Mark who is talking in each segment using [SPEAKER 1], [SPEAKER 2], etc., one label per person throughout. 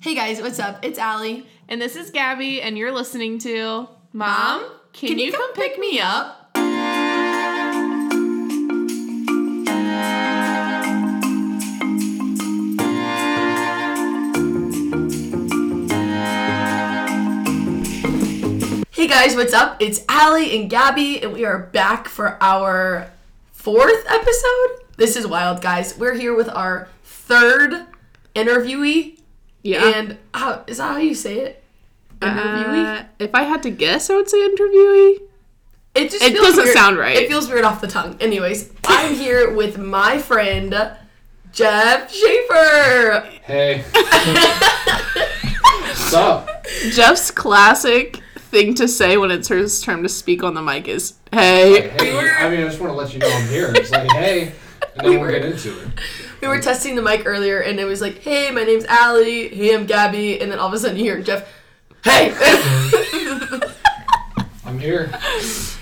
[SPEAKER 1] Hey guys, what's up? It's Allie.
[SPEAKER 2] And this is Gabby, and you're listening to Mom, can, you, come, pick, me, up?
[SPEAKER 1] Hey guys, what's up? It's Allie and Gabby, and we are back for our fourth episode. This is wild, guys. We're here with our third interviewee, and how, is that how you say it? Interviewee.
[SPEAKER 2] Uh, if I had to guess, I would say interviewee.
[SPEAKER 1] it just
[SPEAKER 2] it
[SPEAKER 1] feels
[SPEAKER 2] doesn't
[SPEAKER 1] weird.
[SPEAKER 2] sound right.
[SPEAKER 1] It feels weird off the tongue. Anyways, I'm here with my friend Jeff Schaefer.
[SPEAKER 3] Hey. Sup?
[SPEAKER 2] Jeff's classic thing to say when it's his turn to speak on the mic is, "Hey."
[SPEAKER 3] Hey, I mean, I just want to let you know I'm here. It's like, hey, and then we'll get into it.
[SPEAKER 1] We were testing the mic earlier, and it was like, "Hey, my name's Allie. Hey, I'm Gabby." And then all of a sudden, you hear Jeff, "Hey!"
[SPEAKER 3] I'm here.
[SPEAKER 1] it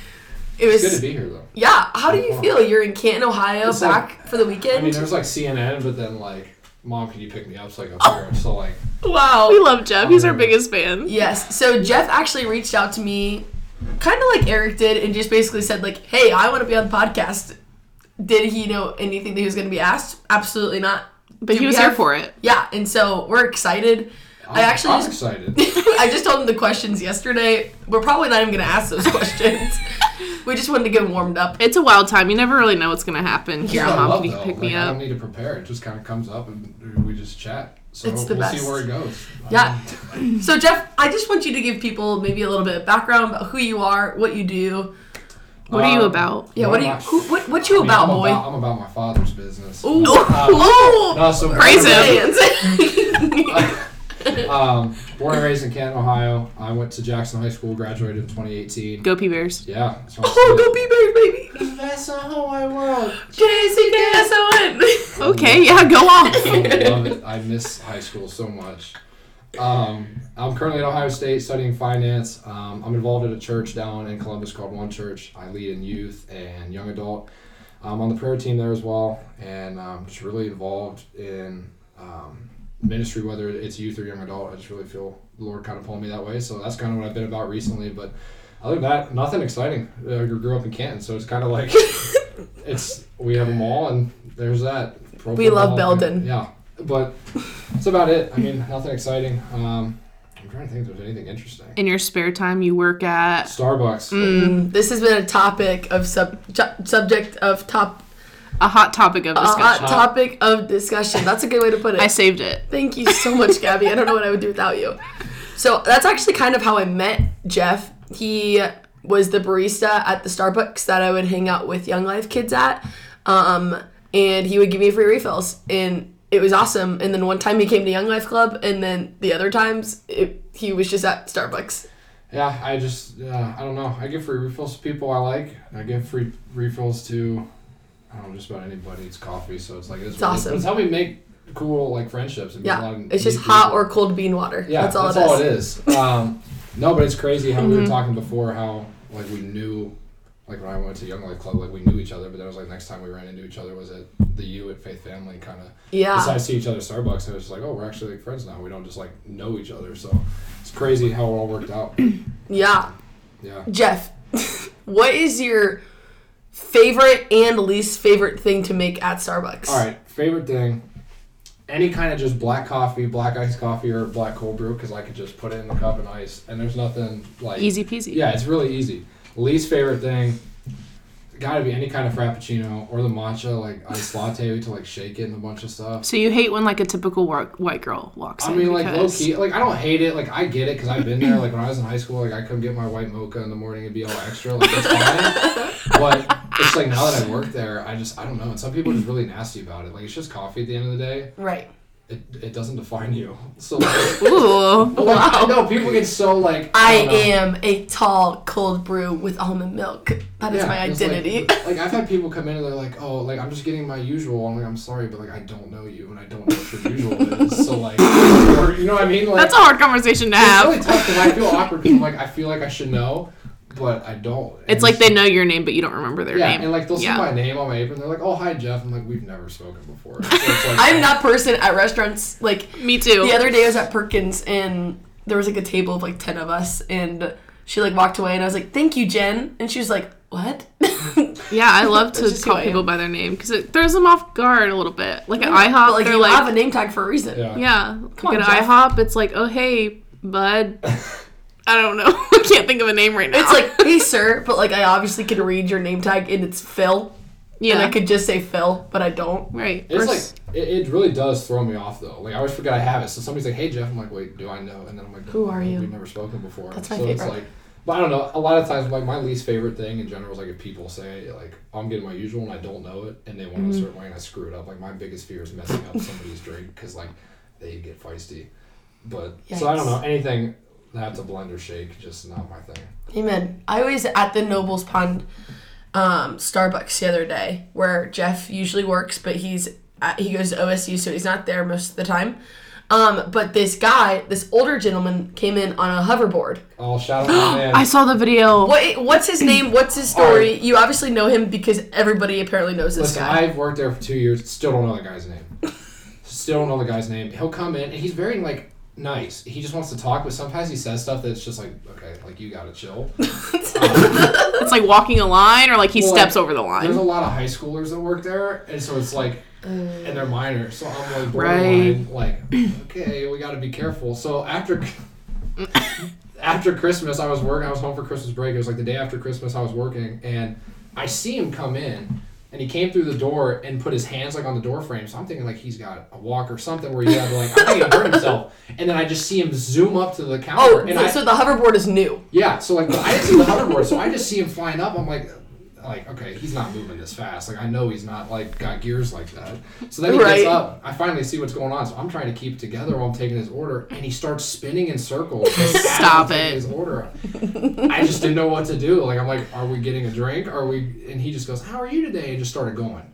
[SPEAKER 3] It's good to
[SPEAKER 1] was
[SPEAKER 3] be here, though.
[SPEAKER 1] yeah. How do you feel? You're in Canton, Ohio,
[SPEAKER 3] It's
[SPEAKER 1] back for the
[SPEAKER 3] I mean,
[SPEAKER 1] weekend.
[SPEAKER 3] there was like CNN, but then like, mom, can you pick me up? So like,
[SPEAKER 1] Oh.
[SPEAKER 3] I'm here. I'm still like,
[SPEAKER 1] wow.
[SPEAKER 2] We love Jeff. He's our
[SPEAKER 3] Oh.
[SPEAKER 2] biggest fan.
[SPEAKER 1] Yes. So Jeff actually reached out to me, kind of like Eric did, and just basically said like, "Hey, I want to be on the podcast." Did he know anything that he was going to be asked? Absolutely not.
[SPEAKER 2] But
[SPEAKER 1] Do
[SPEAKER 2] he
[SPEAKER 1] we
[SPEAKER 2] was
[SPEAKER 1] have-
[SPEAKER 2] here for it.
[SPEAKER 1] Yeah, and so we're excited.
[SPEAKER 3] I'm,
[SPEAKER 1] I actually
[SPEAKER 3] I'm
[SPEAKER 1] just-
[SPEAKER 3] excited.
[SPEAKER 1] I just told him the questions yesterday. We're probably not even going to ask those questions. we just wanted to get warmed up.
[SPEAKER 2] It's a wild time. You never really know what's gonna happen. Here,
[SPEAKER 3] That's what I
[SPEAKER 2] Mom,
[SPEAKER 3] love,
[SPEAKER 2] can you
[SPEAKER 3] though.
[SPEAKER 2] pick
[SPEAKER 3] like,
[SPEAKER 2] me
[SPEAKER 3] I
[SPEAKER 2] up?
[SPEAKER 3] don't need to prepare. It just kind of comes up and we just chat. So
[SPEAKER 1] It's the
[SPEAKER 3] we'll
[SPEAKER 1] best.
[SPEAKER 3] see where it goes. I
[SPEAKER 1] Yeah.
[SPEAKER 3] mean,
[SPEAKER 1] So Jeff, I just want you to give people maybe a little bit of background about who you are, what you do.
[SPEAKER 2] What are you
[SPEAKER 3] um,
[SPEAKER 2] about?
[SPEAKER 1] Yeah, what are
[SPEAKER 3] am
[SPEAKER 1] you?
[SPEAKER 3] I-
[SPEAKER 1] Who, what what you
[SPEAKER 3] I mean,
[SPEAKER 1] about,
[SPEAKER 3] I'm
[SPEAKER 1] boy?
[SPEAKER 3] About, I'm about my father's business.
[SPEAKER 1] Ooh.
[SPEAKER 3] Um, no, so
[SPEAKER 2] Praise him.
[SPEAKER 3] um, born and raised in Canton, Ohio. I went to Jackson High School, graduated in 2018.
[SPEAKER 2] Go Pee Bears.
[SPEAKER 3] Yeah. that's what I'm
[SPEAKER 1] oh,
[SPEAKER 3] saying.
[SPEAKER 1] go be bears, baby.
[SPEAKER 3] That's not how I world.
[SPEAKER 1] JC Gasson.
[SPEAKER 2] Okay, yeah, go on.
[SPEAKER 3] I love it. I miss high school so much. Um, I'm currently at Ohio State studying finance. Um, I'm involved at a church down in Columbus called One Church. I lead in youth and young adult. I'm on the prayer team there as well, and I'm just really involved in um, ministry, whether it's youth or young adult. I just really feel the Lord kind of pulled me that way. So that's kind of what I've been about recently. But other than that, nothing exciting. I grew up in Canton, so it's kind of like it's we have a mall, and there's that.
[SPEAKER 1] We love
[SPEAKER 3] Mall, and-
[SPEAKER 1] Belden.
[SPEAKER 3] Yeah, but that's about it. I mean, nothing exciting. Um, I'm trying to think if there's anything interesting.
[SPEAKER 2] In your spare time, you work at
[SPEAKER 3] Starbucks.
[SPEAKER 1] Mm. This has been a topic of sub ju- subject of top
[SPEAKER 2] a hot topic of
[SPEAKER 1] a
[SPEAKER 2] discussion.
[SPEAKER 1] hot topic of discussion. That's a good way to put it.
[SPEAKER 2] I saved it.
[SPEAKER 1] Thank you so much, Gabby. I don't know what I would do without you. So that's actually kind of how I met Jeff. He was the barista at the Starbucks that I would hang out with Young Life kids at, um, and he would give me free refills, and it was awesome. And then one time he came to Young Life Club, and then the other times it, he was just at Starbucks.
[SPEAKER 3] Yeah, I just uh, I don't know. I give free refills to people I like. I give free refills to I don't know just about anybody. It's coffee, so it's like it's,
[SPEAKER 1] It's awesome.
[SPEAKER 3] It's how we make cool like friendships. And
[SPEAKER 1] Yeah,
[SPEAKER 3] people out and
[SPEAKER 1] it's just
[SPEAKER 3] meet
[SPEAKER 1] hot
[SPEAKER 3] people.
[SPEAKER 1] or cold bean water.
[SPEAKER 3] yeah,
[SPEAKER 1] that's all
[SPEAKER 3] that's
[SPEAKER 1] it is. Mm-hmm.
[SPEAKER 3] all it is. Um, no, but it's crazy how we were talking before how like we knew. Like when I went to Young Life Club, like we knew each other, but then it was like next time we ran into each other was at the U at Faith Family, kind of.
[SPEAKER 1] Yeah.
[SPEAKER 3] Besides see each other at Starbucks, and it was just like, oh, we're actually like friends now. We don't just like know each other, so it's crazy how it all worked out.
[SPEAKER 1] Yeah.
[SPEAKER 3] Yeah.
[SPEAKER 1] Jeff, what is your favorite and least favorite thing to make at Starbucks?
[SPEAKER 3] All right, favorite thing. Any kind of just black coffee, black iced coffee, or black cold brew, because I could just put it in the cup and ice, and there's nothing like
[SPEAKER 2] Easy peasy.
[SPEAKER 3] Yeah, it's really easy. Least favorite thing, gotta be any kind of frappuccino or the matcha, like iced latte to like shake it and a bunch of stuff.
[SPEAKER 2] So you hate when like a typical wa- white girl walks
[SPEAKER 3] I
[SPEAKER 2] in.
[SPEAKER 3] mean, like low
[SPEAKER 2] because-
[SPEAKER 3] key, like I don't hate it. Like I get it because I've been there. Like when I was in high school, like I couldn't get my white mocha in the morning and be all extra. Like it's fine. but it's like now that I work there, I just I don't know. And some people are just really nasty about it. Like it's just coffee at the end of the day.
[SPEAKER 1] Right.
[SPEAKER 3] it, it doesn't define you. So like,
[SPEAKER 2] Ooh.
[SPEAKER 3] wow. no, people get so like
[SPEAKER 1] I
[SPEAKER 3] don't know.
[SPEAKER 1] am a tall cold brew with almond milk. That is
[SPEAKER 3] Yeah,
[SPEAKER 1] my
[SPEAKER 3] it's like-
[SPEAKER 1] identity.
[SPEAKER 3] Like, I've had people come in and they're like, oh, like I'm just getting my usual. I'm like, I'm sorry, but like I don't know you and I don't know what your usual is. So like, or, you know what I mean? Like
[SPEAKER 2] That's a hard conversation to
[SPEAKER 3] it's
[SPEAKER 2] have.
[SPEAKER 3] really tough because I feel awkward because I'm like I feel like I should know. but I don't. And
[SPEAKER 2] It's like they know your name, but you don't remember their
[SPEAKER 3] yeah,
[SPEAKER 2] name.
[SPEAKER 3] and like they'll see
[SPEAKER 2] yeah.
[SPEAKER 3] my name on my apron. They're like, "Oh, hi, Jeff." I'm like, "We've never spoken before." So it's like,
[SPEAKER 1] I'm that person at restaurants. Like
[SPEAKER 2] Me too.
[SPEAKER 1] the other day, I was at Perkins and there was like a table of like ten of us, and she like walked away, and I was like, "Thank you, Jen," and she was like, "What?"
[SPEAKER 2] yeah, I love
[SPEAKER 1] That's
[SPEAKER 2] to
[SPEAKER 1] just who I
[SPEAKER 2] call
[SPEAKER 1] am.
[SPEAKER 2] people by their name because it throws them off guard a little bit. Like at IHOP,
[SPEAKER 1] But, like
[SPEAKER 2] they're
[SPEAKER 1] you have a
[SPEAKER 2] like,
[SPEAKER 1] name tag for a reason.
[SPEAKER 3] Yeah.
[SPEAKER 2] yeah.
[SPEAKER 1] Come
[SPEAKER 2] like
[SPEAKER 1] on,
[SPEAKER 2] at
[SPEAKER 1] Jeff.
[SPEAKER 2] IHOP, it's like, oh hey, bud. I don't know. I can't think of a name right now.
[SPEAKER 1] It's like, "Hey, sir," but like I obviously can read your name tag, and it's Phil,
[SPEAKER 2] yeah,
[SPEAKER 1] and I could just say Phil, but I don't.
[SPEAKER 2] right.
[SPEAKER 3] It's
[SPEAKER 2] Or
[SPEAKER 3] like
[SPEAKER 2] s-
[SPEAKER 3] it, it really does throw me off though. Like I always forget I have it. So somebody's like, "Hey Jeff," I'm like, "Wait, do I know?" And then I'm like,
[SPEAKER 1] Who are you?
[SPEAKER 3] We've never spoken before."
[SPEAKER 1] That's my
[SPEAKER 3] so it's
[SPEAKER 1] favorite.
[SPEAKER 3] like, but I don't know. A lot of times, like my least favorite thing in general is like if people say like I'm getting my usual and I don't know it and they want
[SPEAKER 1] Mm-hmm.
[SPEAKER 3] it a certain way and I screw it up. Like my biggest fear is messing up somebody's drink because like they get feisty. But so I don't know anything. That's a blender shake, just not my thing.
[SPEAKER 1] Amen. I was at the Nobles Pond um, Starbucks the other day, where Jeff usually works, but he's at, he goes to OSU, so he's not there most of the time. Um, but this guy, this older gentleman, came in on a hoverboard.
[SPEAKER 3] Oh, shout out to my man.
[SPEAKER 2] I saw the video.
[SPEAKER 1] What what's his name? What's his
[SPEAKER 3] Oh.
[SPEAKER 1] story? You obviously know him because everybody apparently knows this
[SPEAKER 3] Listen,
[SPEAKER 1] guy.
[SPEAKER 3] I've worked there for two years. Still don't know the guy's name. still don't know the guy's name. He'll come in and he's very like nice. He just wants to talk, but sometimes he says stuff that's just like, okay, like you gotta chill.
[SPEAKER 2] It's like walking a line, or like he
[SPEAKER 3] Well,
[SPEAKER 2] steps
[SPEAKER 3] like,
[SPEAKER 2] over the
[SPEAKER 3] There's a
[SPEAKER 2] line.
[SPEAKER 3] lot of high schoolers that work there, and so it's like, and they're minor, so I'm like borderline,
[SPEAKER 2] Right.
[SPEAKER 3] like, okay, we gotta be careful. So after. After Christmas, I was working. I was home for Christmas break. It was like the day after Christmas. I was working, and I see him come in, and he came through the door and put his hands like on the door frame. So I'm thinking like he's got a walk or something where he had to like I think he hurt himself. And then I just see him zoom up to the counter,
[SPEAKER 1] oh,
[SPEAKER 3] and
[SPEAKER 1] so,
[SPEAKER 3] I,
[SPEAKER 1] so the hoverboard is new.
[SPEAKER 3] yeah, so like I didn't see the hoverboard, so I just see him flying up. I'm like, like okay, he's not moving this fast. Like I know he's not like got gears like that. So then he
[SPEAKER 1] Right.
[SPEAKER 3] gets up. I finally see what's going on. So I'm trying to keep it together while I'm taking his order, and he starts spinning in circles. as
[SPEAKER 2] Stop
[SPEAKER 3] I'm taking
[SPEAKER 2] it.
[SPEAKER 3] His order. I just didn't know what to do. Like I'm like, are we getting a drink? Are we? And he just goes, "How are you today?" And just started going.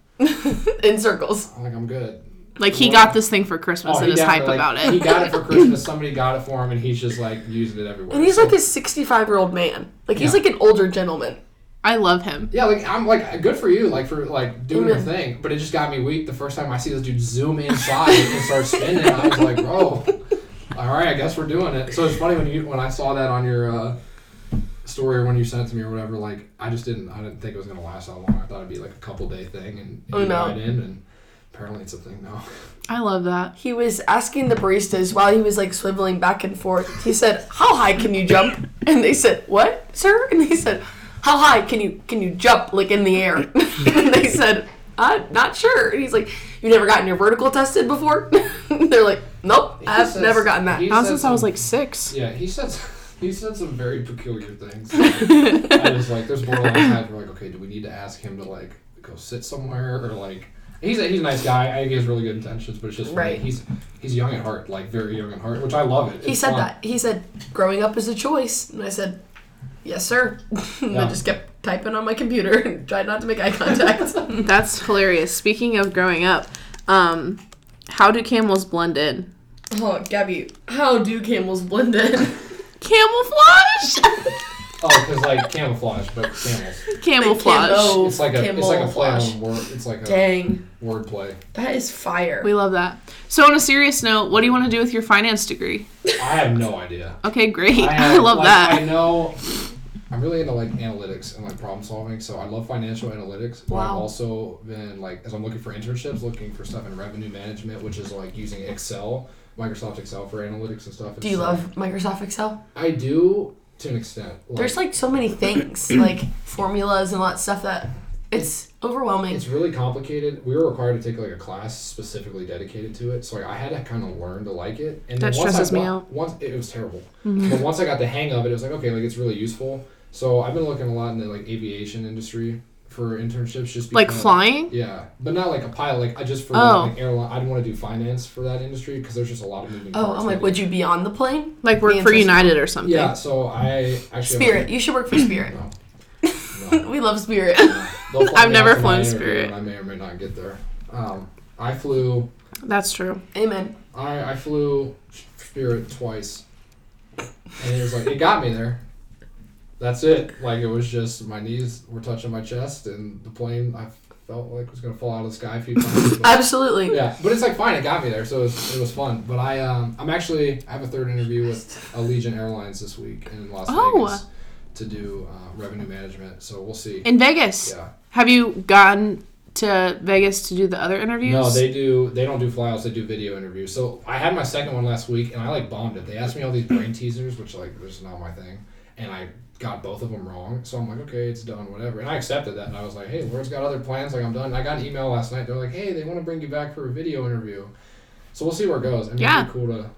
[SPEAKER 1] In circles.
[SPEAKER 3] I'm like, I'm good.
[SPEAKER 2] Like he got this thing for Christmas
[SPEAKER 3] Oh, he
[SPEAKER 2] and is hype
[SPEAKER 3] definitely, like,
[SPEAKER 2] about it.
[SPEAKER 3] He got it for Christmas. Somebody got it for him, and he's just like using it everywhere.
[SPEAKER 1] And he's
[SPEAKER 3] So-
[SPEAKER 1] like a 65 year old man. Like he's
[SPEAKER 3] Yeah.
[SPEAKER 1] like an older gentleman.
[SPEAKER 2] I love him.
[SPEAKER 3] Yeah, like I'm like good for you, like for like doing your
[SPEAKER 1] Mhm.
[SPEAKER 3] thing. But it just got me weak the first time I see this dude zoom inside and start spinning. I was like, bro, all right, I guess we're doing it. So it's funny when you when I saw that on your uh, story or when you sent it to me or whatever. Like I just didn't I didn't think it was gonna last that long. I thought it'd be like a couple day thing and
[SPEAKER 1] Oh,
[SPEAKER 3] you
[SPEAKER 1] no.
[SPEAKER 3] ride in and apparently it's a thing now.
[SPEAKER 2] I love that.
[SPEAKER 1] He was asking the baristas while he was like swiveling back and forth. He said, "How high can you jump?" And they said, "What, sir?" And he said, "How high can you can you jump like in the air?" and they said, "I'm not sure." And he's like, "You never gotten your vertical tested before?" They're like, "Nope,
[SPEAKER 3] He
[SPEAKER 1] I've
[SPEAKER 3] says-
[SPEAKER 1] never gotten that."
[SPEAKER 3] he
[SPEAKER 2] Not
[SPEAKER 3] said
[SPEAKER 2] since I was
[SPEAKER 3] some-
[SPEAKER 2] like six.
[SPEAKER 3] Yeah, he said he said some very peculiar things. I was like, there's borderline times where like, okay, do we need to ask him to like go sit somewhere or like? He's a, he's a nice guy. I think he has really good intentions, but it's just funny.
[SPEAKER 1] Right.
[SPEAKER 3] He's he's young at heart, like very young at heart, which I love it.
[SPEAKER 1] He
[SPEAKER 3] It's
[SPEAKER 1] said
[SPEAKER 3] fun.
[SPEAKER 1] that. He said, "Growing up is a choice," and I said, "Yes, sir." and I
[SPEAKER 3] Yeah.
[SPEAKER 1] just kept typing on my computer and tried not to make eye contact.
[SPEAKER 2] That's hilarious. Speaking of growing up, um, how do camels blend in?
[SPEAKER 1] oh, Gabby, how do camels blend in?
[SPEAKER 2] Camouflage.
[SPEAKER 3] Oh, because like camouflage, but camels.
[SPEAKER 2] Camouflage.
[SPEAKER 1] camo-
[SPEAKER 3] It's like a it's like a play
[SPEAKER 1] Camouflage.
[SPEAKER 3] on word. It's like a
[SPEAKER 1] Dang,
[SPEAKER 3] word play.
[SPEAKER 1] that is fire.
[SPEAKER 2] We love that. So, on a serious note, what do you want to do with your finance degree?
[SPEAKER 3] I have no idea.
[SPEAKER 2] Okay, great. I,
[SPEAKER 3] have,
[SPEAKER 2] love
[SPEAKER 3] like,
[SPEAKER 2] that.
[SPEAKER 3] I know. I'm really into like analytics and like problem solving, so I love financial analytics. But I've
[SPEAKER 1] Wow.
[SPEAKER 3] also been like, as I'm looking for internships, looking for stuff in revenue management, which is like using Excel, Microsoft Excel for analytics and stuff.
[SPEAKER 1] Do you
[SPEAKER 3] It's,
[SPEAKER 1] love
[SPEAKER 3] like-
[SPEAKER 1] Microsoft Excel?
[SPEAKER 3] I do to an extent. Like,
[SPEAKER 1] There's like so many things, like formulas and all that stuff that it's overwhelming.
[SPEAKER 3] It's really complicated. We were required to take like a class specifically dedicated to it, so like I had to kind of learn to like it. And then
[SPEAKER 2] That
[SPEAKER 3] once I
[SPEAKER 2] stresses me
[SPEAKER 3] wa-
[SPEAKER 2] out. Mm-hmm.
[SPEAKER 3] Once it was terrible, but once I got the hang of it, it was like okay, like it's really useful. So I've been looking a lot in the like aviation industry for internships, just
[SPEAKER 2] Like
[SPEAKER 3] because-
[SPEAKER 2] flying?
[SPEAKER 3] Yeah, but not like a pilot. Like I just for
[SPEAKER 2] Oh.
[SPEAKER 3] like airline, I didn't want to do finance for that industry because there's just a lot of moving.
[SPEAKER 1] Oh,
[SPEAKER 3] parts
[SPEAKER 1] I'm
[SPEAKER 3] that
[SPEAKER 1] like,
[SPEAKER 3] you-
[SPEAKER 1] would you be on the plane?
[SPEAKER 2] Like
[SPEAKER 1] Be
[SPEAKER 2] work for
[SPEAKER 1] interesting.
[SPEAKER 2] United or something?
[SPEAKER 3] Yeah, so I actually
[SPEAKER 1] Spirit, you should work for Spirit.
[SPEAKER 3] No, no.
[SPEAKER 1] We love Spirit.
[SPEAKER 3] They'll fly
[SPEAKER 2] I've
[SPEAKER 3] me
[SPEAKER 2] never
[SPEAKER 3] out to my
[SPEAKER 2] flown
[SPEAKER 3] interview,
[SPEAKER 2] Spirit.
[SPEAKER 3] and I may or may not get there. Um, I flew.
[SPEAKER 2] That's true.
[SPEAKER 1] Amen.
[SPEAKER 3] I, I flew Spirit twice, and it was like it got me there. that's it. Like it was just my knees were touching my chest, and the plane I felt like was gonna fall out of the sky a few times. but-
[SPEAKER 1] Absolutely.
[SPEAKER 3] yeah, but it's like fine. It got me there, so it was, it was fun. But I um, I'm actually I have a third interview with Allegiant Airlines this week in Las
[SPEAKER 2] Oh.
[SPEAKER 3] Vegas to do uh, revenue management. So we'll see.
[SPEAKER 2] In Vegas.
[SPEAKER 3] Yeah.
[SPEAKER 2] Have you gone to Vegas to do the other interviews?
[SPEAKER 3] No, they do. They don't do flyouts. They do video interviews. So I had my second one last week, and I like bombed it. They asked me all these brain teasers, which like was not my thing, and I got both of them wrong. So I'm like, okay, it's done, whatever. And I accepted that, and I was like, hey, Lord's got other plans. Like I'm done. And I got an email last night. They're like, hey, they want to bring you back for a video interview. So we'll see where it goes. I mean,
[SPEAKER 2] Yeah.
[SPEAKER 3] It'd be cool to.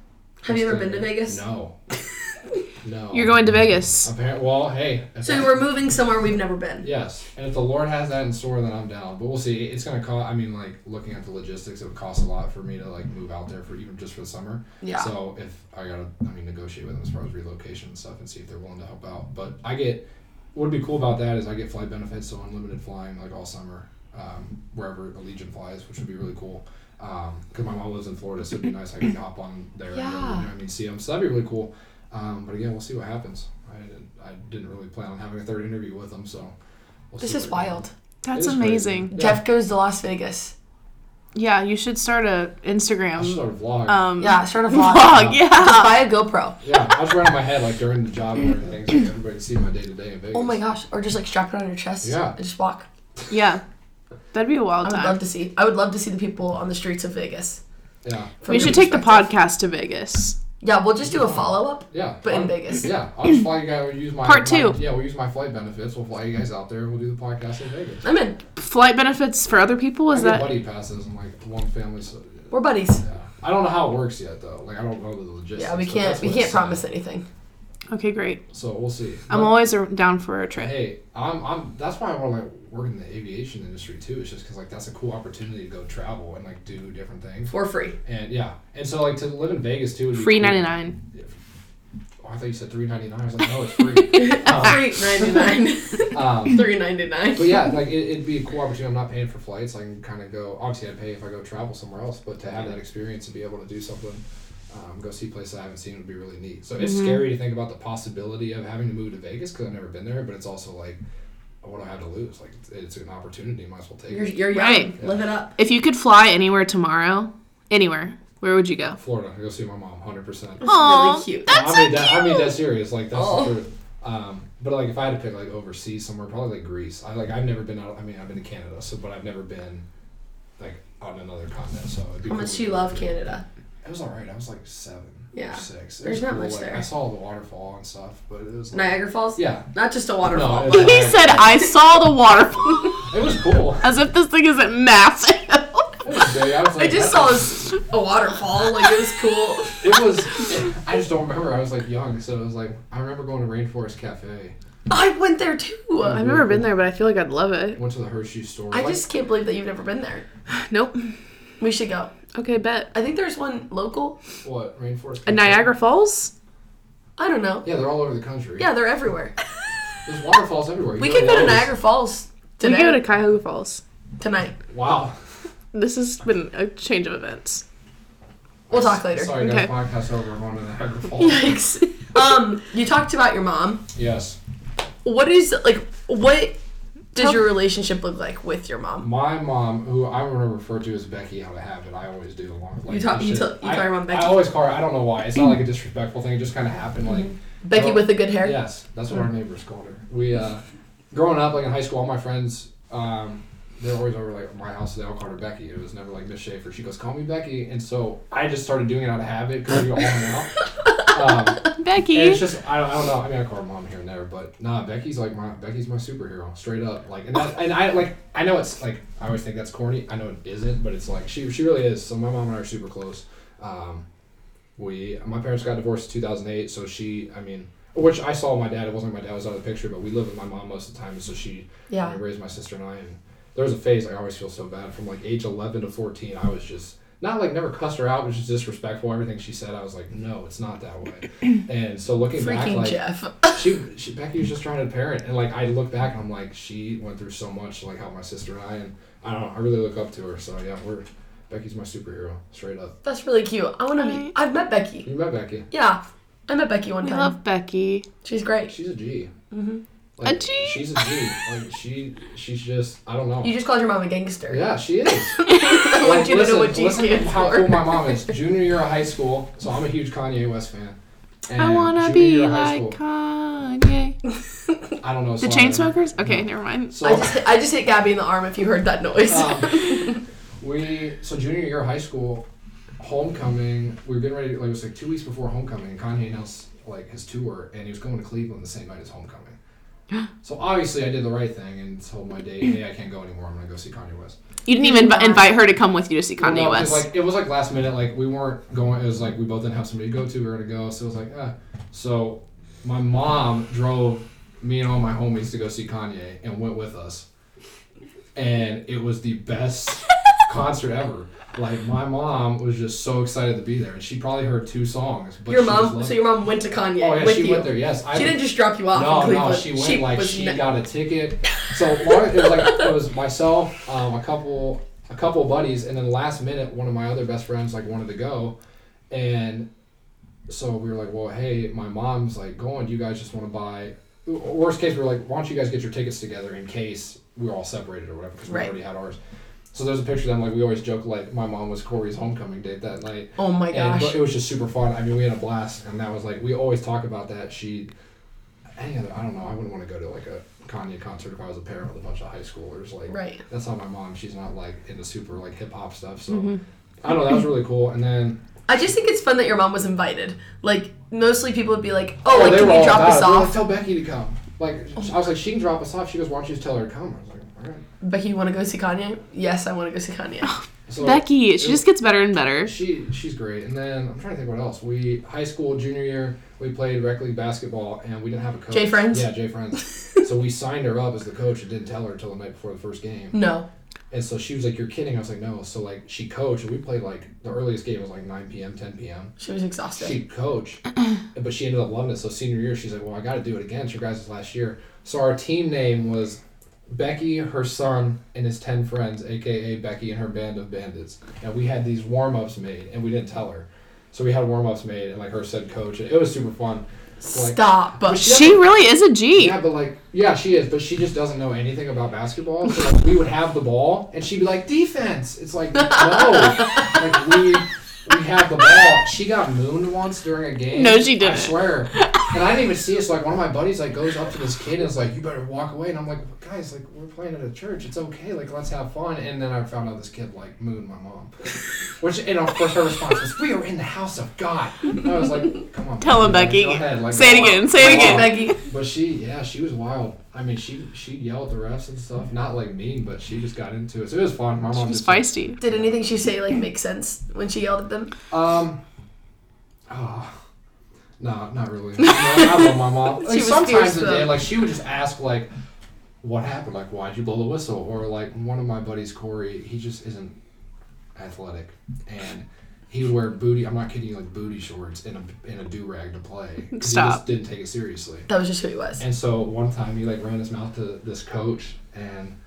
[SPEAKER 1] Have you ever been to Vegas?
[SPEAKER 3] No. no.
[SPEAKER 2] You're going to Vegas.
[SPEAKER 3] Apparent. Well, hey. if I-
[SPEAKER 1] So we're moving somewhere we've never been.
[SPEAKER 3] Yes, and if the Lord has that in store, then I'm down. But we'll see. It's gonna cost. I mean, like looking at the logistics, it would cost a lot for me to like move out there for even just for the summer.
[SPEAKER 1] Yeah.
[SPEAKER 3] So if I gotta, I mean, negotiate with them as far as relocation and stuff, and see if they're willing to help out. But I get what'd be cool about that is I get flight benefits, so unlimited flying like all summer, um, wherever Allegiant flies, which would be really cool. Because my mom lives in Florida, so it'd be nice I could hop on there. And, go, you know
[SPEAKER 1] Yeah.
[SPEAKER 3] what I mean, see them. So that'd be really cool. Um, but again, we'll see what happens. I didn't, I didn't really plan on having a third interview with them, so. We'll
[SPEAKER 1] This
[SPEAKER 3] see
[SPEAKER 1] is
[SPEAKER 3] what it goes.
[SPEAKER 1] wild.
[SPEAKER 2] That's
[SPEAKER 3] It is crazy.
[SPEAKER 2] amazing.
[SPEAKER 3] Yeah.
[SPEAKER 1] Jeff goes to Las Vegas.
[SPEAKER 2] Yeah, you should start a
[SPEAKER 3] I should
[SPEAKER 2] Instagram
[SPEAKER 3] start a vlog.
[SPEAKER 2] um
[SPEAKER 1] Yeah, start a vlog.
[SPEAKER 2] vlog.
[SPEAKER 1] Just
[SPEAKER 2] Yeah.
[SPEAKER 1] buy a GoPro.
[SPEAKER 3] yeah, I was running my head like during the job and everything, so everybody see my day to day in Vegas.
[SPEAKER 1] Oh my gosh. Or just like strap it on your chest.
[SPEAKER 3] Yeah.
[SPEAKER 1] And just walk.
[SPEAKER 2] Yeah. That'd be a wild
[SPEAKER 1] I would
[SPEAKER 2] time.
[SPEAKER 1] love to see. I would love to see the people on the streets of Vegas.
[SPEAKER 3] Yeah,
[SPEAKER 1] from
[SPEAKER 2] We
[SPEAKER 1] your
[SPEAKER 2] should take the
[SPEAKER 1] perspective.
[SPEAKER 2] podcast to Vegas.
[SPEAKER 1] Yeah, we'll just do a follow up.
[SPEAKER 3] yeah.
[SPEAKER 1] But in
[SPEAKER 3] I'll-
[SPEAKER 1] Vegas.
[SPEAKER 3] Yeah, I'll just fly you guys. We'll use my
[SPEAKER 2] Part
[SPEAKER 3] my-
[SPEAKER 2] two.
[SPEAKER 3] yeah, we'll use my flight benefits. We'll fly you guys out there. We'll do the podcast in Vegas.
[SPEAKER 1] I'm in.
[SPEAKER 2] Flight benefits for other people
[SPEAKER 3] I
[SPEAKER 2] is
[SPEAKER 3] get
[SPEAKER 2] that
[SPEAKER 3] buddy passes and like one family? So,
[SPEAKER 1] We're buddies.
[SPEAKER 3] yeah, I don't know how it works yet though. Like I don't know the logistics.
[SPEAKER 1] Yeah, we
[SPEAKER 3] but
[SPEAKER 1] can't
[SPEAKER 3] that's
[SPEAKER 1] we
[SPEAKER 3] what it
[SPEAKER 1] can't
[SPEAKER 3] said.
[SPEAKER 1] promise anything.
[SPEAKER 2] Okay, great.
[SPEAKER 3] So we'll see.
[SPEAKER 2] I'm
[SPEAKER 3] But-
[SPEAKER 2] always ar- down for a trip.
[SPEAKER 3] Hey, I'm, I'm. That's why I want to like work in the aviation industry too. It's just because like that's a cool opportunity to go travel and like do different things.
[SPEAKER 1] For free.
[SPEAKER 3] And yeah, and so like to live in Vegas too. Would be
[SPEAKER 2] Free
[SPEAKER 3] cool.
[SPEAKER 2] 99.
[SPEAKER 3] Oh, I thought you said three ninety nine. I was like, no, it's free. Uh,
[SPEAKER 1] Three ninety nine.
[SPEAKER 3] um,
[SPEAKER 1] Three ninety nine.
[SPEAKER 3] Ah. but yeah, like it, it'd be a cool opportunity. I'm not paying for flights. I can kind of go. Obviously, I'd pay if I go travel somewhere else, but to have that experience and be able to do something, um, go see places I haven't seen would be really neat. So it's scary to think about the possibility of having to move to Vegas because I've never been there. But it's also like, what do I have to lose? Like it's, it's an opportunity. Might as well take
[SPEAKER 1] You're,
[SPEAKER 3] it.
[SPEAKER 1] you're young.
[SPEAKER 2] Right.
[SPEAKER 1] Live it up.
[SPEAKER 2] If you could fly anywhere tomorrow, anywhere, where would you go?
[SPEAKER 3] Florida, I go see my mom. Hundred percent.
[SPEAKER 2] Aw,
[SPEAKER 1] cute.
[SPEAKER 2] That's
[SPEAKER 3] I mean,
[SPEAKER 2] so
[SPEAKER 3] that,
[SPEAKER 2] cute.
[SPEAKER 3] I mean, that's serious. Like that's
[SPEAKER 1] Oh.
[SPEAKER 3] the truth. Um, but like, if I had to pick like overseas somewhere, probably like Greece. I like I've never been out. I mean, I've been to Canada, so but I've never been like on another continent. So it'd be
[SPEAKER 1] How
[SPEAKER 3] cool
[SPEAKER 1] much
[SPEAKER 3] to
[SPEAKER 1] do you
[SPEAKER 3] go.
[SPEAKER 1] love Canada?
[SPEAKER 3] It was all right. I was like seven,
[SPEAKER 1] Yeah.
[SPEAKER 3] or six. It
[SPEAKER 1] There's
[SPEAKER 3] was
[SPEAKER 1] not
[SPEAKER 3] cool.
[SPEAKER 1] much
[SPEAKER 3] like,
[SPEAKER 1] there.
[SPEAKER 3] I saw the waterfall and stuff, but it was like,
[SPEAKER 1] Niagara Falls?
[SPEAKER 3] yeah,
[SPEAKER 1] Not just a waterfall.
[SPEAKER 3] No,
[SPEAKER 1] but-
[SPEAKER 2] He said, I saw the waterfall.
[SPEAKER 3] it was cool.
[SPEAKER 2] As if this thing isn't massive.
[SPEAKER 3] It was big. I, was like,
[SPEAKER 1] I just saw
[SPEAKER 3] that's-
[SPEAKER 1] a, a waterfall. Like it was cool.
[SPEAKER 3] It was. I just don't remember. I was like young, so it was like I remember going to Rainforest Cafe.
[SPEAKER 1] I went there too.
[SPEAKER 2] I've never been there, but I feel like I'd love it.
[SPEAKER 3] Went to the Hershey store.
[SPEAKER 1] I
[SPEAKER 3] Mm-hmm. like,
[SPEAKER 1] just can't believe that you've never been there.
[SPEAKER 2] Nope.
[SPEAKER 1] We should go.
[SPEAKER 2] Okay, bet.
[SPEAKER 1] I think there's one local.
[SPEAKER 3] what Rainforest.
[SPEAKER 2] And Niagara Falls?
[SPEAKER 1] I don't know.
[SPEAKER 3] Yeah, they're all over the country.
[SPEAKER 1] Yeah, they're everywhere.
[SPEAKER 3] There's waterfalls everywhere.
[SPEAKER 1] We
[SPEAKER 3] You
[SPEAKER 1] could go to
[SPEAKER 3] Lowe's.
[SPEAKER 1] Niagara Falls
[SPEAKER 2] We
[SPEAKER 1] today.
[SPEAKER 2] go to Cuyahoga Falls.
[SPEAKER 1] tonight.
[SPEAKER 3] Wow.
[SPEAKER 2] This has been a change of events.
[SPEAKER 1] We'll talk later.
[SPEAKER 3] Sorry,
[SPEAKER 2] Okay.
[SPEAKER 3] guys. Podcast over. I'm on to Niagara Falls.
[SPEAKER 1] Yikes. um, you talked about your mom.
[SPEAKER 3] yes.
[SPEAKER 1] What is like? What does
[SPEAKER 2] Tell-
[SPEAKER 1] your relationship look like with your mom?
[SPEAKER 3] My mom, who I'm going to refer to as Becky out of habit, I always do along with like
[SPEAKER 1] You talk-
[SPEAKER 3] this
[SPEAKER 1] you
[SPEAKER 3] shit.
[SPEAKER 1] tell- you
[SPEAKER 3] I-
[SPEAKER 1] call your mom Becky? Mm-hmm.
[SPEAKER 3] I always call her. I don't know why. It's not like a disrespectful thing. It just kind of happened. Like
[SPEAKER 1] Becky with the good hair.
[SPEAKER 3] Yes, that's what our neighbors called her. We, uh, growing up, like in high school, all my friends, um, they're always over like my house. They all called her Becky. It was never like Miss Schaefer. She goes, "Call me Becky," and so I just started doing it out of habit because we all hung out. Um,
[SPEAKER 2] Becky.
[SPEAKER 3] And it's just I don't, I don't know. I mean, I call her mom here and there, but nah, Becky's like my Becky's my superhero, straight up. Like, and that, and I like I know it's like I always think that's corny. I know it isn't, but it's like she she really is. So my mom and I are super close. Um, we my parents got divorced in 2008, so she I mean, which I saw my dad. It wasn't like my dad was out of the picture, but we lived with my mom most of the time, so she
[SPEAKER 1] Yeah.
[SPEAKER 3] I raised my sister and I. And there was a phase I always feel so bad from like age 11 to 14. I was just not like never cussed her out, but just disrespectful. Everything she said, I was like, no, it's not that way. And so looking back,
[SPEAKER 1] Freaking
[SPEAKER 3] like
[SPEAKER 1] Jeff.
[SPEAKER 3] she, she Becky was just trying to parent, and like I look back, and I'm like, she went through so much, like how my sister and I, and I don't know, I really look up to her. So yeah, we're Becky's my superhero, straight up.
[SPEAKER 1] That's really cute. I want to meet.
[SPEAKER 2] Right.
[SPEAKER 1] I've met Becky.
[SPEAKER 3] You met Becky.
[SPEAKER 1] Yeah, I met Becky one
[SPEAKER 2] we
[SPEAKER 3] Um,
[SPEAKER 1] time.
[SPEAKER 2] love Becky.
[SPEAKER 1] She's great.
[SPEAKER 3] She's a G. Like,
[SPEAKER 2] A G?
[SPEAKER 3] She's a G. Like she, she's just. I don't know.
[SPEAKER 1] You just called your mom a gangster.
[SPEAKER 3] Yeah, she is.
[SPEAKER 1] I want you to know what G
[SPEAKER 3] listen
[SPEAKER 1] stands
[SPEAKER 3] how
[SPEAKER 1] for.
[SPEAKER 3] cool my mom is. Junior year of high school, so I'm a huge Kanye West fan. And
[SPEAKER 2] I wanna
[SPEAKER 3] junior
[SPEAKER 2] be
[SPEAKER 3] year of high
[SPEAKER 2] like Kanye.
[SPEAKER 3] I don't know.
[SPEAKER 2] The Chainsmokers? Okay, never mind.
[SPEAKER 3] So
[SPEAKER 1] I just hit, I just hit Gabby in the arm if you heard that noise.
[SPEAKER 3] um, we so junior year of high school, homecoming. We were getting ready. Like it was like two weeks before homecoming. Kanye announced like his tour, and he was going to Cleveland the same night as homecoming. So obviously, I did the right thing and told my date, "Hey, I can't go anymore. I'm gonna go see Kanye West."
[SPEAKER 2] You didn't even invi- invite her to come with you to see Kanye
[SPEAKER 3] Well, it was
[SPEAKER 2] West.
[SPEAKER 3] Like it was like last minute. Like we weren't going. It was like we both didn't have somebody to go to. We were gonna go. So it was like, eh. so my mom drove me and all my homies to go see Kanye and went with us, and it was the best concert ever. Like my mom was just so excited to be there, and she probably heard two songs. But
[SPEAKER 1] your
[SPEAKER 3] she was
[SPEAKER 1] mom,
[SPEAKER 3] like-
[SPEAKER 1] so your mom went to Kanye
[SPEAKER 3] Oh yeah,
[SPEAKER 1] with
[SPEAKER 3] she
[SPEAKER 1] you.
[SPEAKER 3] went there. Yes, I
[SPEAKER 1] She didn't just drop you off. in
[SPEAKER 3] no, no,
[SPEAKER 1] Cleveland.
[SPEAKER 3] she went like
[SPEAKER 1] was
[SPEAKER 3] she
[SPEAKER 1] ne-
[SPEAKER 3] got a ticket. So one, it was like it was myself, um, a couple, a couple buddies, and then last minute one of my other best friends like wanted to go, and so we were like, well, hey, my mom's like going. Do you guys just want to buy? Worst case, we were like, why don't you guys get your tickets together in case we were all separated or whatever because
[SPEAKER 1] Right.
[SPEAKER 3] we already had ours. So there's a picture of them. Like we always joke, like my mom was Corey's homecoming date that night.
[SPEAKER 1] Oh my
[SPEAKER 3] And,
[SPEAKER 1] gosh.
[SPEAKER 3] but it was just super fun. I mean, we had a blast, and that was like we always talk about that. She, any other, I don't know. I wouldn't want to go to like a Kanye concert if I was a parent with a bunch of high schoolers. Like,
[SPEAKER 1] Right.
[SPEAKER 3] That's not my mom. She's not like into super like hip hop stuff. So
[SPEAKER 1] Mm-hmm.
[SPEAKER 3] I don't know. That was really cool. And then
[SPEAKER 1] I just think it's fun that your mom was invited. Like mostly people would be like, "Oh,
[SPEAKER 3] Oh,
[SPEAKER 1] like
[SPEAKER 3] they
[SPEAKER 1] can
[SPEAKER 3] were
[SPEAKER 1] you
[SPEAKER 3] all
[SPEAKER 1] drop
[SPEAKER 3] about
[SPEAKER 1] us
[SPEAKER 3] it. They were like,
[SPEAKER 1] off?" Oh
[SPEAKER 3] Tell Becky to come. Like I was like, she can drop us off. She goes, why don't you just tell her to come? I was like, all right.
[SPEAKER 1] Becky, you want to go see Kanye? Yes, I want to go see Kanye.
[SPEAKER 3] So
[SPEAKER 2] Becky, she just gets better and better.
[SPEAKER 3] She she's great. And then I'm trying to think what else. We high school junior year we played rec league basketball and we didn't have a coach.
[SPEAKER 1] Jay Friends?
[SPEAKER 3] Yeah, Jay Friends. so we signed her up as the coach and didn't tell her until the night before the first game.
[SPEAKER 1] No.
[SPEAKER 3] And so she was like, "You're kidding." I was like, "No." So like she coached and we played like the earliest game was like 9 p.m. 10 p.m.
[SPEAKER 1] She was exhausted.
[SPEAKER 3] She coached, but she ended up loving it. So senior year, she's like, "Well, I got to do it again." She guys was last year. So our team name was Becky, her son, and his ten friends, aka Becky and her band of bandits. And we had these warm ups made, and we didn't tell her. So we had warm ups made, and like her said, coach. It was super fun. Like,
[SPEAKER 1] Stop. But
[SPEAKER 3] she-
[SPEAKER 2] She really is a G.
[SPEAKER 3] yeah, but like, yeah, she is, but she just doesn't know anything about basketball. So like, we would have the ball, and she'd be like, "Defense!" It's like, no, like we we have the ball. She got mooned once during a game.
[SPEAKER 2] No, she didn't.
[SPEAKER 3] I swear. And I didn't even see it. So like, one of my buddies like goes up to this kid and is like, "You better walk away." And I'm like, "Guys, like we're playing at a church. It's okay. Like let's have fun." And then I found out this kid like mooned my mom, which and of course her response was, "We are in the house of God." And I was like, "Come on,
[SPEAKER 2] Tell him, Becky.
[SPEAKER 3] Go ahead. Like,
[SPEAKER 2] Say it
[SPEAKER 3] go on.
[SPEAKER 2] again. Say it
[SPEAKER 3] Go
[SPEAKER 2] again.
[SPEAKER 3] on.
[SPEAKER 1] Becky.
[SPEAKER 3] But she, yeah, she was wild. I mean, she she yelled at the refs and stuff. Not like mean, but she just got into it. So it was fun. My mom
[SPEAKER 2] She's
[SPEAKER 3] just-
[SPEAKER 2] feisty.
[SPEAKER 1] Did anything she say like make sense when she yelled at them?
[SPEAKER 3] Um. Oh, no, not really. No, I love my mom. Like,
[SPEAKER 1] She was fierce,
[SPEAKER 3] sometimes it
[SPEAKER 1] though.
[SPEAKER 3] did. Like she would just ask like, "What happened? Like, why'd you blow the whistle?" Or like one of my buddies, Corey, he just isn't athletic, and he would wear booty. I'm not kidding. you, Like booty shorts and a and a do rag to play. 'Cause He
[SPEAKER 2] Stop.
[SPEAKER 3] just didn't take it seriously.
[SPEAKER 1] That was just who he was.
[SPEAKER 3] And so one time he like ran his mouth to this coach and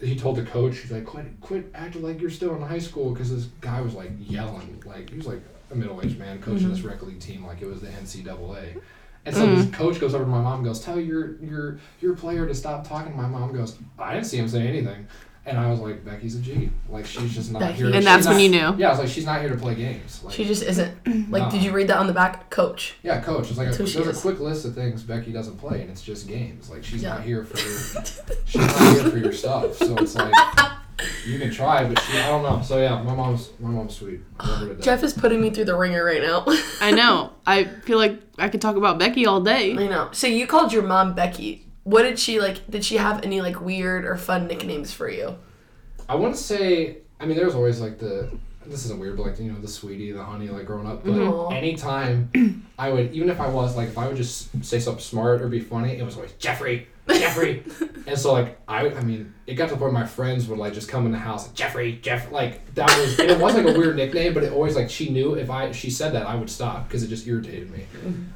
[SPEAKER 3] he told the coach, he's like, quit, quit acting like you're still in high school because this guy was like yelling. Like, he was like a middle aged man coaching
[SPEAKER 2] Mm-hmm.
[SPEAKER 3] this rec league team like it was the NCAA. And so this coach goes over to my mom and goes, Tell your, your, your player to stop talking. My mom goes, I didn't see him say anything. And I was like, Becky's a G. Like, she's just not
[SPEAKER 1] Becky.
[SPEAKER 3] here.
[SPEAKER 1] And
[SPEAKER 3] she's
[SPEAKER 2] that's when
[SPEAKER 3] not-
[SPEAKER 2] you knew.
[SPEAKER 3] Yeah, I was like, she's not here to play games. Like,
[SPEAKER 1] She just isn't. Like,
[SPEAKER 3] Nah.
[SPEAKER 1] did you read that on the back, Coach?
[SPEAKER 3] yeah, coach. It's like a,
[SPEAKER 1] That's who
[SPEAKER 3] there's
[SPEAKER 1] she
[SPEAKER 3] a
[SPEAKER 1] is.
[SPEAKER 3] quick list of things Becky doesn't play, and it's just games. Like she's
[SPEAKER 1] Yeah.
[SPEAKER 3] not here for your, she's not here for your stuff. So it's like you can try, but she, I don't know. So yeah, my mom's my mom's sweet. I love her to death.
[SPEAKER 1] Jeff is putting me through the ringer right now.
[SPEAKER 2] I know. I feel like I could talk about Becky all day.
[SPEAKER 1] I know. So you called your mom Becky. What did she like? Did she have any like weird or fun nicknames for you?
[SPEAKER 3] I want to say, I mean, there's always like the this isn't weird, but like you know, the sweetie, the honey, like growing up. But
[SPEAKER 1] Mhm.
[SPEAKER 3] anytime I would, even if I was like, if I would just say something smart or be funny, it was always Jeffrey, Jeffrey. and so like I, I mean, it got to the point my friends would like just come in the house, Jeffrey, Jeff, like that was. and it was like a weird nickname, but it always like she knew if I she said that I would stop because it just irritated me.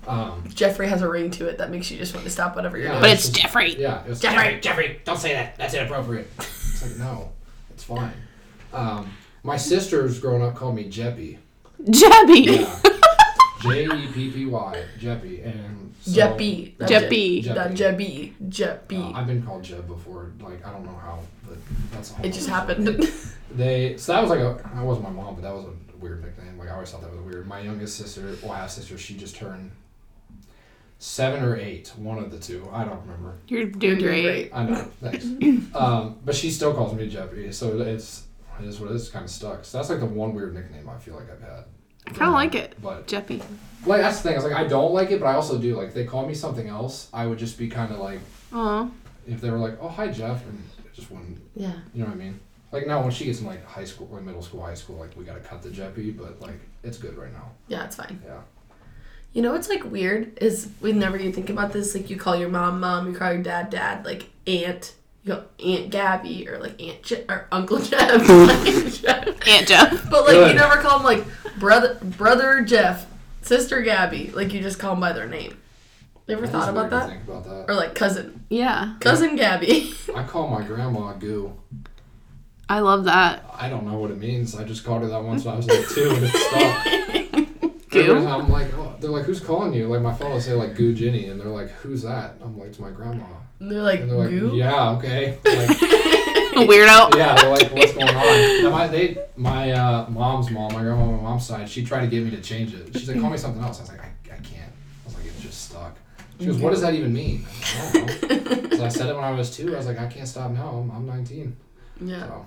[SPEAKER 3] Um,
[SPEAKER 1] Jeffrey has a ring to it that makes you just want to stop whatever you're
[SPEAKER 3] Yeah.
[SPEAKER 1] doing.
[SPEAKER 2] But it's Jeffrey.
[SPEAKER 3] yeah, it was
[SPEAKER 1] Jeffrey.
[SPEAKER 3] Jeffrey, Jeffrey, don't say that. That's inappropriate. It's like no, it's fine. Um, my sisters growing up called me Jeppy.
[SPEAKER 2] Jebby.
[SPEAKER 3] Yeah. J E P P Y, Jeppy, and so,
[SPEAKER 1] Jeppy. not Jeb-
[SPEAKER 2] Jeppy.
[SPEAKER 1] Not Jebby. Jeppy.
[SPEAKER 3] Uh, I've been called Jeb before. Like I don't know how, but that's. all.
[SPEAKER 1] it just happened.
[SPEAKER 3] They so that was like a that wasn't my mom, but that was a weird nickname. Like I always thought that was weird. My youngest sister or half sister, she just turned seven or eight, one of the two. I don't remember.
[SPEAKER 2] You're doing
[SPEAKER 1] doing
[SPEAKER 2] great.
[SPEAKER 3] I know. Thanks.
[SPEAKER 1] Mm-hmm.
[SPEAKER 3] um, but she still calls me Jeopardy, so it's it is what it is. Kind of stuck. So that's like the one weird nickname I feel like I've had.
[SPEAKER 2] I kind of like it.
[SPEAKER 3] But
[SPEAKER 2] Jeppy.
[SPEAKER 3] like that's the thing. I was like I don't like it, but I also do. Like if they call me something else, I would just be kind of like
[SPEAKER 2] Aw.
[SPEAKER 3] if they were like, oh hi Jeff, and it just wouldn't.
[SPEAKER 1] yeah.
[SPEAKER 3] You know what I mean? Like now when she gets in like high school, like middle school, high school, like we gotta cut the Jeppy, but like it's good right now.
[SPEAKER 1] Yeah, it's fine.
[SPEAKER 3] Yeah.
[SPEAKER 1] You know what's like weird is whenever you think about this, like you call your mom mom, you call your dad dad, like aunt, you know, Aunt Gabby or like Aunt Je- or Uncle Jeff, like, Jeff.
[SPEAKER 2] Aunt Jeff.
[SPEAKER 1] but like you
[SPEAKER 3] Good.
[SPEAKER 1] never call them like brother brother Jeff, sister Gabby, like you just call them by their name. You ever
[SPEAKER 3] That
[SPEAKER 1] thought
[SPEAKER 3] is
[SPEAKER 1] about
[SPEAKER 3] weird to
[SPEAKER 1] that?
[SPEAKER 3] Think about that.
[SPEAKER 1] Or like cousin,
[SPEAKER 2] Yeah.
[SPEAKER 1] cousin Gabby.
[SPEAKER 3] I call my grandma Goo.
[SPEAKER 2] I love that.
[SPEAKER 3] I don't know what it means. I just called her that once when I was like two, and it stopped.
[SPEAKER 2] Goo?
[SPEAKER 3] And I'm like, oh, they're like, who's calling you? Like my phone will say like Goo Ginny, and they're like, who's that? And I'm like, it's my grandma.
[SPEAKER 1] and they're like
[SPEAKER 3] And they're like,
[SPEAKER 1] goo.
[SPEAKER 3] yeah, okay. Like,
[SPEAKER 2] Weirdo.
[SPEAKER 3] yeah, they're like, what's going on? And my they, my uh, mom's mom, my grandma, on my mom's side, she tried to get me to change it. She's like, call me something else. I was like, I, I can't. I was like, it's just stuck. She goes, what does that even mean? I, was like, I don't know. so I said it when I was two. I was like, I can't stop now. I'm, I'm 19.
[SPEAKER 1] Yeah,
[SPEAKER 3] So,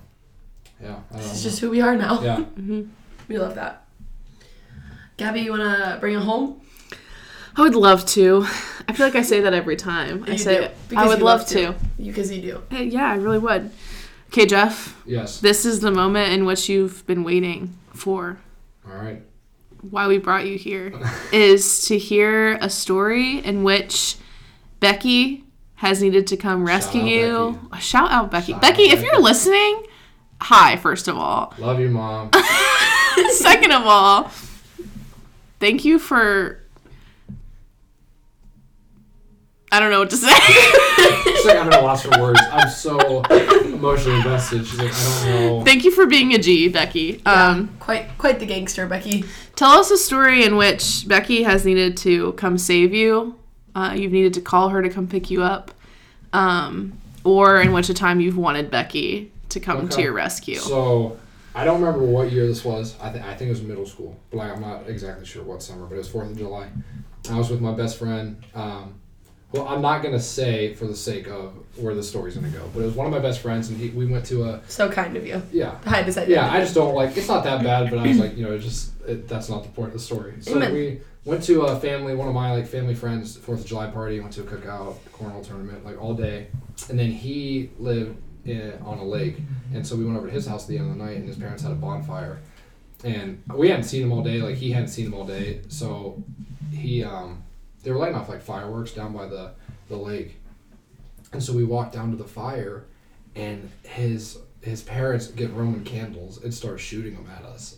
[SPEAKER 3] yeah. I don't
[SPEAKER 1] it's
[SPEAKER 3] know.
[SPEAKER 1] just who we are now.
[SPEAKER 3] yeah.
[SPEAKER 1] We love that. Gabby, you wanna bring it home?
[SPEAKER 2] I would love to. I feel like I say that every time. I
[SPEAKER 1] You
[SPEAKER 2] say
[SPEAKER 1] do,
[SPEAKER 2] it. I
[SPEAKER 1] because
[SPEAKER 2] would
[SPEAKER 1] you
[SPEAKER 2] love,
[SPEAKER 1] love
[SPEAKER 2] to.
[SPEAKER 1] to. Because you do.
[SPEAKER 2] Hey, yeah, I really would. Okay, Jeff.
[SPEAKER 3] Yes.
[SPEAKER 2] This is the moment in which you've been waiting for.
[SPEAKER 3] All right.
[SPEAKER 2] why we brought you here is to hear a story in which Becky has needed to come rescue
[SPEAKER 3] out
[SPEAKER 2] you. Shout out Becky.
[SPEAKER 3] Shout
[SPEAKER 2] Becky,
[SPEAKER 3] out
[SPEAKER 2] if
[SPEAKER 3] Becky.
[SPEAKER 2] you're listening, hi, first of all.
[SPEAKER 3] Love you, mom.
[SPEAKER 2] Second of all, thank you for. I don't know what to say.
[SPEAKER 3] She's like, I'm at a loss for words. I'm so emotionally invested. She's like, I don't know.
[SPEAKER 2] thank you for being a G, Becky. Um,
[SPEAKER 1] Quite quite the gangster, Becky.
[SPEAKER 2] Tell us a story in which Becky has needed to come save you. Uh, you've needed to call her to come pick you up, um, or in which a time you've wanted Becky to come to
[SPEAKER 3] Okay.
[SPEAKER 2] your rescue.
[SPEAKER 3] So, I don't remember what year this was. I, th- I think it was middle school, but like, I'm not exactly sure what summer, but it was 4th of July. I was with my best friend. Um, well, I'm not going to say for the sake of where the story's going to go, but it was one of my best friends, and he, we went to a,
[SPEAKER 1] So kind of you.
[SPEAKER 3] yeah.
[SPEAKER 1] I decided.
[SPEAKER 3] Yeah, I just don't like. It's not that bad, but I was like, you know, it's just it, that's not the point of the story. So
[SPEAKER 1] Amen.
[SPEAKER 3] we went to a family, one of my like family friends, Fourth of July party. Went to a cookout, cornhole tournament, like all day, and then he lived in, on a lake, and so we went over to his house at the end of the night, and his parents had a bonfire, and we hadn't seen him all day. Like he hadn't seen him all day, so he um they were lighting off like fireworks down by the the lake, and so we walked down to the fire, and his his parents get Roman candles and start shooting them at us.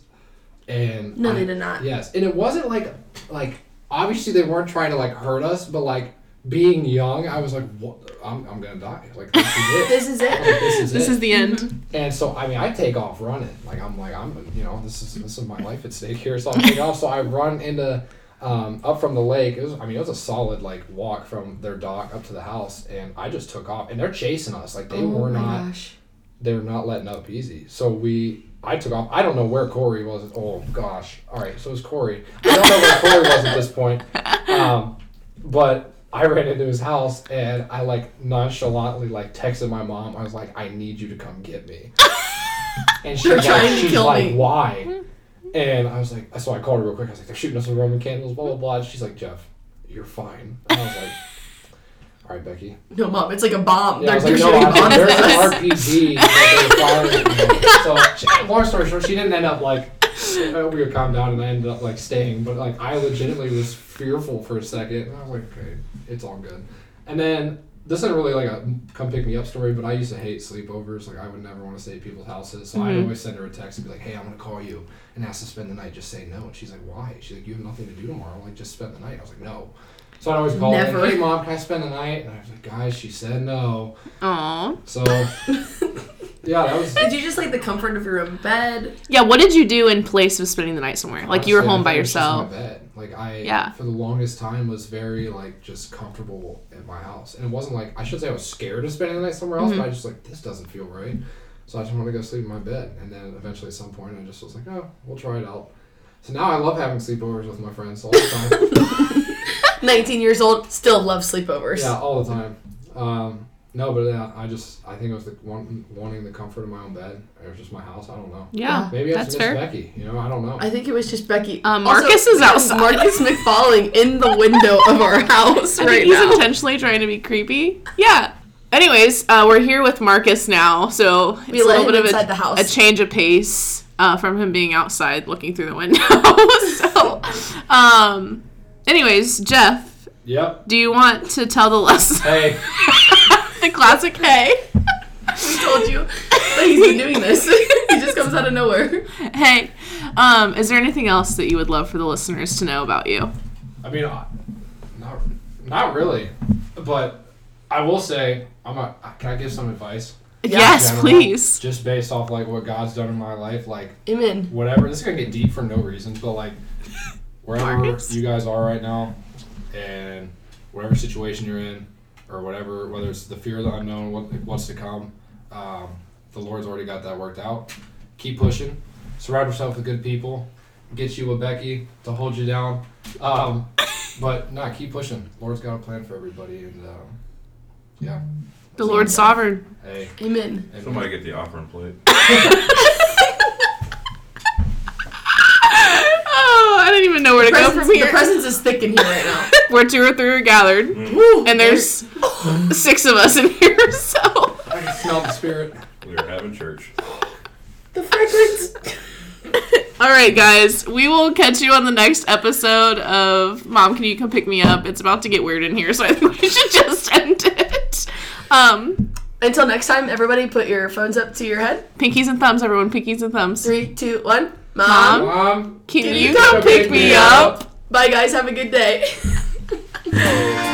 [SPEAKER 3] And
[SPEAKER 1] No,
[SPEAKER 3] I-
[SPEAKER 1] they did not.
[SPEAKER 3] Yes, and it wasn't like like obviously they weren't trying to like hurt us, but like being young, I was like, what? I'm I'm gonna die. Like this
[SPEAKER 1] This is
[SPEAKER 3] is it. Like,
[SPEAKER 1] it.
[SPEAKER 3] this is
[SPEAKER 2] This
[SPEAKER 3] it. Mm-hmm.
[SPEAKER 2] is the end.
[SPEAKER 3] And so, I mean, I take off running. Like I'm like I'm you know this is this is my life at stake here. So I take off. So I run into um, up from the lake. It was I mean it was a solid like walk from their dock up to the house, and I just took off. And they're chasing us. Like they were not
[SPEAKER 1] Oh gosh.
[SPEAKER 3] they were not letting up easy. So we I took off. I don't know where Corey was. Oh gosh. All right. So it was Corey. I don't know where Corey was at this point. Um, but I ran into his house and I like nonchalantly like texted my mom. I was like, I need you to come get me. And she
[SPEAKER 1] They're
[SPEAKER 3] was
[SPEAKER 1] trying
[SPEAKER 3] like,
[SPEAKER 1] to
[SPEAKER 3] she's
[SPEAKER 1] kill
[SPEAKER 3] like,
[SPEAKER 1] me.
[SPEAKER 3] why? And I was like, so I called her real quick. I was like, they're shooting us with Roman candles, blah blah blah. And she's like, Jeff, you're fine. And I was like, all right, Becky.
[SPEAKER 1] No, mom, it's like a bomb.
[SPEAKER 3] Yeah, I
[SPEAKER 1] They're,
[SPEAKER 3] was like,
[SPEAKER 1] they're
[SPEAKER 3] no,
[SPEAKER 1] shooting
[SPEAKER 3] I
[SPEAKER 1] bombs
[SPEAKER 3] there's
[SPEAKER 1] at us.
[SPEAKER 3] an RPG. that they were firing at me. so, she- long story short, she didn't end up like. uh, We would calm down, and I ended up like staying. But like, I legitimately was fearful for a second. And I was like, okay, it's all good. And then this isn't really like a come pick me up story, but I
[SPEAKER 1] Mm-hmm.
[SPEAKER 3] used to hate sleepovers. Like, I would never want to stay at people's houses, so I'd always send her a text and be like, hey, I'm gonna call you. and asked to spend the night, just say no. And she's like, why? She's like, you have nothing to do tomorrow. like, just spend the night. I was like, no. So I'd always call her,
[SPEAKER 1] Never.
[SPEAKER 3] hey mom, can I spend the night? And I was like, guys, she said no.
[SPEAKER 2] Aw.
[SPEAKER 3] So yeah, that was
[SPEAKER 1] Did you just like the comfort of your own bed?
[SPEAKER 2] Yeah, what did you do in place of spending the night somewhere? Like you were
[SPEAKER 3] Honestly,
[SPEAKER 2] home
[SPEAKER 3] I
[SPEAKER 2] by
[SPEAKER 3] think it was just in my
[SPEAKER 2] yourself.
[SPEAKER 3] bed. Like I,
[SPEAKER 2] Yeah.
[SPEAKER 3] for the longest time, was very like just comfortable at my house, and it wasn't like I should say I was scared of spending the night somewhere else,
[SPEAKER 2] Mm-hmm.
[SPEAKER 3] but I just like this doesn't feel right, so I just want to go sleep in my bed. And then eventually, at some point, I just was like, oh, we'll try it out. So now I love having sleepovers with my friends all the time.
[SPEAKER 1] 19 years old, still love sleepovers.
[SPEAKER 3] yeah, all the time. Um, no, but yeah, I just I think it was the one, wanting the comfort of my own bed. It was just my house. I don't know.
[SPEAKER 2] Yeah,
[SPEAKER 3] Maybe I
[SPEAKER 2] that's
[SPEAKER 3] just miss
[SPEAKER 2] fair.
[SPEAKER 3] Becky. You know, I don't know.
[SPEAKER 1] I think it was just Becky.
[SPEAKER 2] Um,
[SPEAKER 1] Also,
[SPEAKER 2] Marcus is
[SPEAKER 1] we have
[SPEAKER 2] outside.
[SPEAKER 1] Marcus McFalling in the window of our house
[SPEAKER 2] I
[SPEAKER 1] right
[SPEAKER 2] think he's
[SPEAKER 1] now.
[SPEAKER 2] intentionally trying to be creepy. Yeah. Anyways, uh, we're here with Marcus now, so it's
[SPEAKER 1] We
[SPEAKER 2] a
[SPEAKER 1] let
[SPEAKER 2] little
[SPEAKER 1] him
[SPEAKER 2] bit of a,
[SPEAKER 1] inside the house.
[SPEAKER 2] a change of pace uh, from him being outside looking through the window. so, um, anyways, Jeff,
[SPEAKER 3] Yep.
[SPEAKER 2] do you want to tell the lesson?
[SPEAKER 3] Hey.
[SPEAKER 2] the classic hey,
[SPEAKER 1] we told you that he's been doing this. he just comes out of nowhere.
[SPEAKER 2] hey. Um, is there anything else that you would love for the listeners to know about you?
[SPEAKER 3] I mean, I- not not really, but I will say I'm a. Can I give some advice?
[SPEAKER 2] yes,
[SPEAKER 3] General,
[SPEAKER 2] please.
[SPEAKER 3] Just based off like what God's done in my life, like
[SPEAKER 1] Amen.
[SPEAKER 3] whatever. This is gonna get deep for no reason, but like wherever
[SPEAKER 2] Marcus?
[SPEAKER 3] you guys are right now, and whatever situation you're in, or whatever, whether it's the fear of the unknown, what what's to come, um, the Lord's already got that worked out. Keep pushing. Surround yourself with good people. Get you a Becky to hold you down. Um, but nah, keep pushing. Lord's got a plan for everybody, and um, yeah.
[SPEAKER 2] The Lord's sovereign.
[SPEAKER 3] Hey,
[SPEAKER 1] Amen.
[SPEAKER 3] and
[SPEAKER 4] Somebody get the offering plate.
[SPEAKER 2] Oh, I didn't even know where to go
[SPEAKER 1] Presence,
[SPEAKER 2] from here.
[SPEAKER 1] The presence is thick in here right now.
[SPEAKER 2] where two or three are gathered.
[SPEAKER 1] Woo,
[SPEAKER 2] and there's six of us in here, so
[SPEAKER 3] I can smell the spirit.
[SPEAKER 4] We are having church.
[SPEAKER 1] the fragrance.
[SPEAKER 2] all right, guys, we will catch you on the next episode of Mom. Can you come pick me up? It's about to get weird in here, so I think we should just end it. Um,
[SPEAKER 1] Until next time, everybody put your phones up to your head.
[SPEAKER 2] pinkies and thumbs, everyone. Pinkies and thumbs.
[SPEAKER 1] Three, two, one.
[SPEAKER 2] Mom.
[SPEAKER 3] Mom.
[SPEAKER 2] Can you come pick me up?
[SPEAKER 1] Bye, guys. Have a good day.